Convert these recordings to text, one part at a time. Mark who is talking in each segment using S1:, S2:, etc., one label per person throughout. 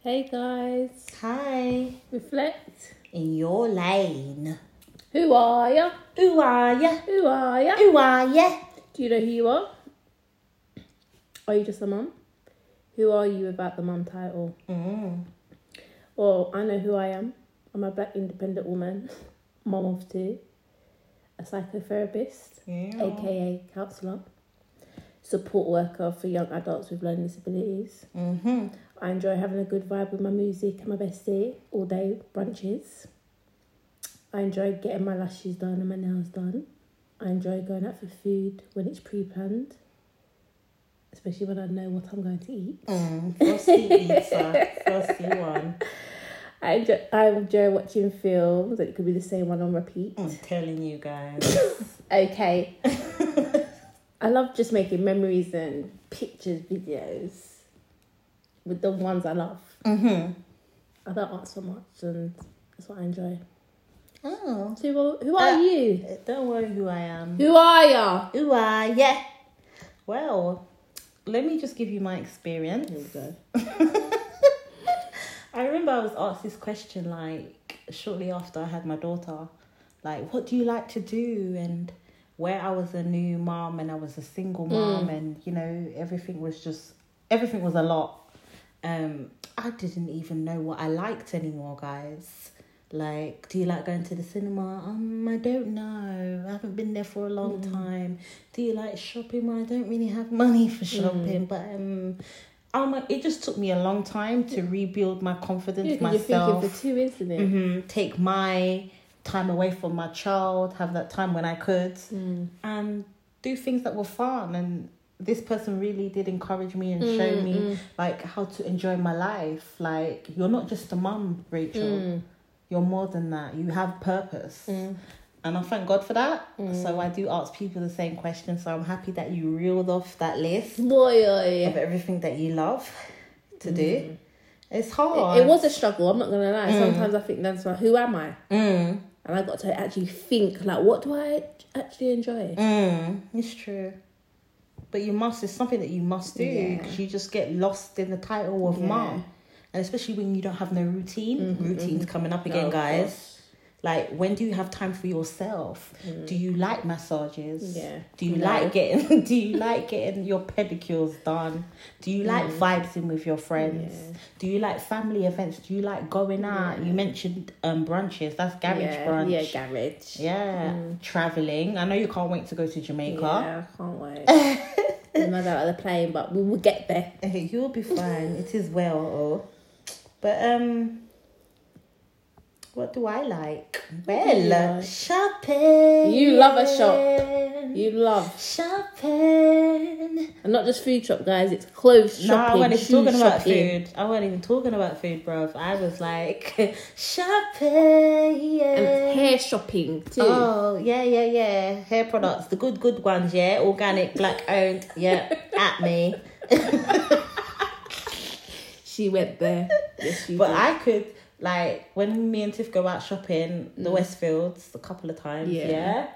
S1: Hey guys,
S2: Hi,
S1: reflect.
S2: in your lane.
S1: Who are ya?
S2: Who are ya?
S1: Who are ya?
S2: Who are ya?
S1: Do you know who you are? Are you just a mum? Who are you about the mum title?
S2: Mm.
S1: Well, I know who I am. I'm a black independent woman, mum of two, a psychotherapist,
S2: Yeah.
S1: aka counsellor, support worker for young adults with learning disabilities.
S2: Mm-hmm.
S1: I enjoy having a good vibe with my music and my bestie all day brunches. I enjoy getting my lashes done and my nails done. I enjoy going out for food when it's pre planned, especially when I know what I'm going to eat.
S2: Mm. Frosty eater. Frosty one.
S1: I enjoy, I enjoy watching films, and it could be the same one on repeat.
S2: I'm telling you guys.
S1: Okay. I love just making memories and pictures, videos with the ones I love.
S2: Mm-hmm.
S1: I don't ask for much, and that's what I enjoy.
S2: Oh.
S1: So, well, who are
S2: Uh,
S1: you?
S2: Don't worry who I am.
S1: Who are ya?
S2: Who are ya? Well, let me just give you my experience.
S1: Here we go.
S2: I remember I was asked this question like shortly after I had my daughter, like what do you like to do and where I was a new mom and I was a single mom and you know everything was just everything was a lot. Um, I didn't even know what I liked anymore, guys. Like, do you like going to the cinema? Um, I don't know. I haven't been there for a long time. Do you like shopping? Well, I don't really have money for shopping, but um, um, it just took me a long time to rebuild my confidence
S1: Yeah, 'cause you're
S2: myself.
S1: thinking for two, isn't it?
S2: Mhm, Take my time away from my child, have that time when I could, and do things that were fun. And this person really did encourage me
S1: Mm-hmm.
S2: and show
S1: Mm,
S2: me like how to enjoy my life. Like you're not just a mum,
S1: mm,
S2: Rachel. You're more than that. You have purpose.
S1: Mm.
S2: And I thank God for that. So I do ask people the same question. So I'm happy that you reeled off that list
S1: Boy, oh, yeah. Mm.
S2: of everything that you love to do. It's hard.
S1: it, it was a struggle. I'm not gonna lie. Sometimes I think that's like, who am I?
S2: Mm,
S1: And I got to actually think like, what do I actually enjoy?
S2: mm, it's true. But you must, it's something that you must do
S1: Yeah.
S2: because you just get lost in the title of
S1: Yeah. Mm-hmm,
S2: mom. And especially when you don't have no routine. Routine's coming up again,
S1: of
S2: guys.
S1: course.
S2: Like, when do you have time for yourself? Do you like massages?
S1: Mm. Yeah.
S2: Do you
S1: No.
S2: like getting? Do you like getting your pedicures done? Do you like vibing with your friends?
S1: Mm. Yeah.
S2: Do you like family events? Do you like going out? You mentioned um brunches. That's garage
S1: yeah, Mm.
S2: brunch.
S1: Yeah, garage.
S2: Yeah, traveling. I know you can't wait to go to Jamaica.
S1: Yeah, I can't wait. I don't know about the plane, but we will get there.
S2: You'll be fine. it is well. oh. But um, what do I like?
S1: do you
S2: Well,
S1: like?
S2: shopping.
S1: You love a shop.
S2: shop.
S1: You love,
S2: Shopping.
S1: and not just food shop, guys. It's clothes
S2: No, I
S1: shopping.
S2: wasn't even
S1: shoe
S2: talking about
S1: shopping.
S2: food. I wasn't even talking about food, bruv. I was like shopping. Yeah.
S1: and hair shopping too.
S2: Oh, yeah, yeah, yeah. Hair products, the good, good ones, yeah. Organic, black owned, yeah. At me.
S1: She went there. Yes, she
S2: But
S1: did.
S2: I could, like, when me and Tiff go out shopping, the Westfields, a couple of times,
S1: Mm. Yeah.
S2: yeah.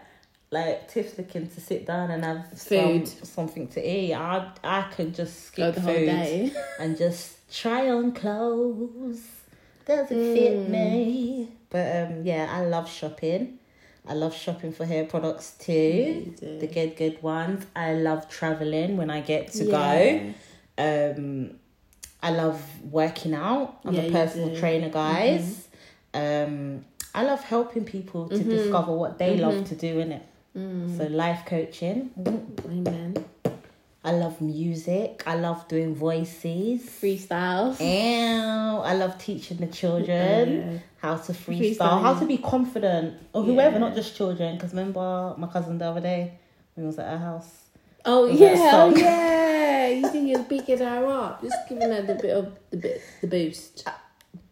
S2: Like, Tiff's looking to sit down and have
S1: Food.
S2: Some, something to eat. I, I could just
S1: Go
S2: skip
S1: the
S2: food
S1: whole day.
S2: and just try on clothes. Doesn't
S1: Mm.
S2: fit me. But um, yeah, I love shopping. I love shopping for hair products too.
S1: you do.
S2: the good, good ones. I love traveling when I get to
S1: Yeah.
S2: go. Um, I love working out. I'm
S1: Yeah,
S2: a
S1: you
S2: personal
S1: do. Mm-hmm.
S2: trainer, guys. Um, I love helping people to
S1: Mm-hmm.
S2: discover what they love to do in it.
S1: Mm.
S2: So life coaching.
S1: Amen.
S2: I love music. I love doing voices.
S1: Freestyle.
S2: Ew, I love teaching the
S1: Yeah.
S2: children how to freestyle,
S1: Freestyle,
S2: how
S1: yeah.
S2: to be confident, or whoever,
S1: Yeah.
S2: not just children. Because remember my cousin the other day, we was at her house.
S1: Oh
S2: With
S1: yeah,
S2: that
S1: oh
S2: song.
S1: yeah. You think you're picking her up? Just giving her the bit of the bit the boost.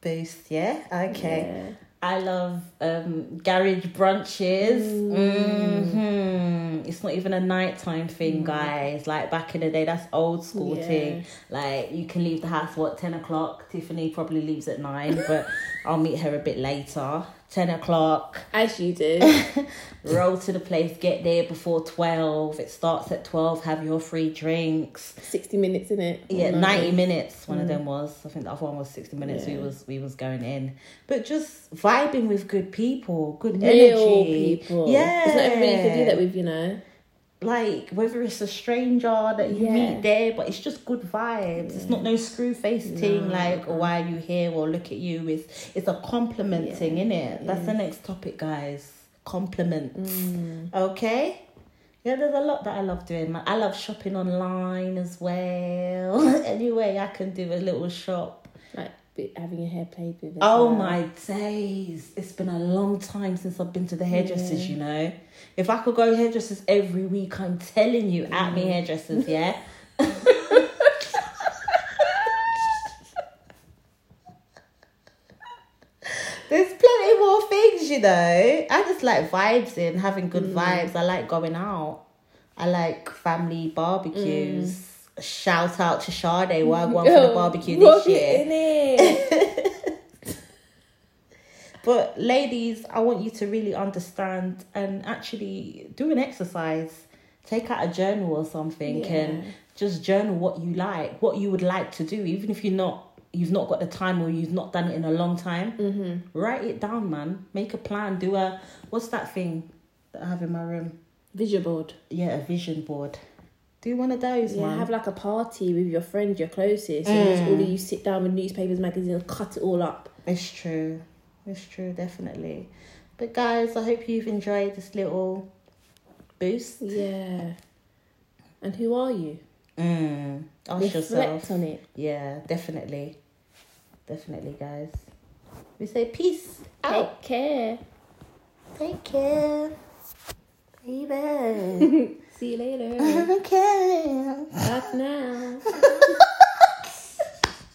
S2: Boost, yeah, okay.
S1: Yeah.
S2: I love um garage brunches. hmm It's not even a nighttime thing, guys. Like back in the day, that's old school
S1: Yeah.
S2: thing. Like you can leave the house what ten o'clock. Tiffany probably leaves at nine, but I'll meet her a bit later. Ten o'clock.
S1: As you do.
S2: Roll to the place. Get there before twelve. It starts at twelve. Have your free drinks.
S1: 60 minutes Oh, in it.
S2: Yeah, ninety minutes. One of them was. I think the other one was sixty minutes. We
S1: Mm. Yeah.
S2: was we was going in, but just vibing with good people, good
S1: Real
S2: energy.
S1: people.
S2: Yeah,
S1: It's not everybody you can do that with, you know.
S2: like whether it's a stranger that you
S1: Yeah.
S2: meet there, but it's just good vibes. It's not no screw face thing like or why are you here or look at you. It's it's a compliment
S1: Yeah. Mm.
S2: thing, innit? That's the next topic, guys. Compliments. Okay. Yeah, there's a lot that I love doing. man. I love shopping online as well. anyway, I can do a little shop.
S1: Like be- having your hair played with. as
S2: Oh
S1: well.
S2: my days! It's been a long time since I've been to the hairdressers. You know, if I could go hairdressers every week, I'm telling you, at me hairdressers, yeah. There's plenty more things, you know. I just like vibes in having good vibes. I like going out. I like family barbecues. Shout out to Sade, Wagwan for the
S1: Oh,
S2: barbecue
S1: rub
S2: this
S1: it
S2: year.
S1: in it.
S2: But ladies, I want you to really understand and actually do an exercise. Take out a journal or something
S1: Yeah.
S2: and just journal what you like, what you would like to do, even if you're not you've not got the time or you've not done it in a long time. Mm-hmm. Write it down, man. Make a plan. Do a what's that thing that I have in my room?
S1: Vision board.
S2: Yeah, a vision board. Do one of those,
S1: Yeah,
S2: man.
S1: have like a party with your friends, your closest, and just
S2: Mm.
S1: all of you sit down with newspapers, magazines, cut it all up.
S2: It's true. It's true, definitely. But guys, I hope you've enjoyed this little boost.
S1: Yeah. And who are you?
S2: Mm. Ask
S1: Reflect
S2: yourself.
S1: on it.
S2: Yeah, definitely. Definitely, guys. We say peace
S1: Take
S2: out.
S1: care.
S2: Take care. Baby.
S1: See you later.
S2: okay.
S1: Back now.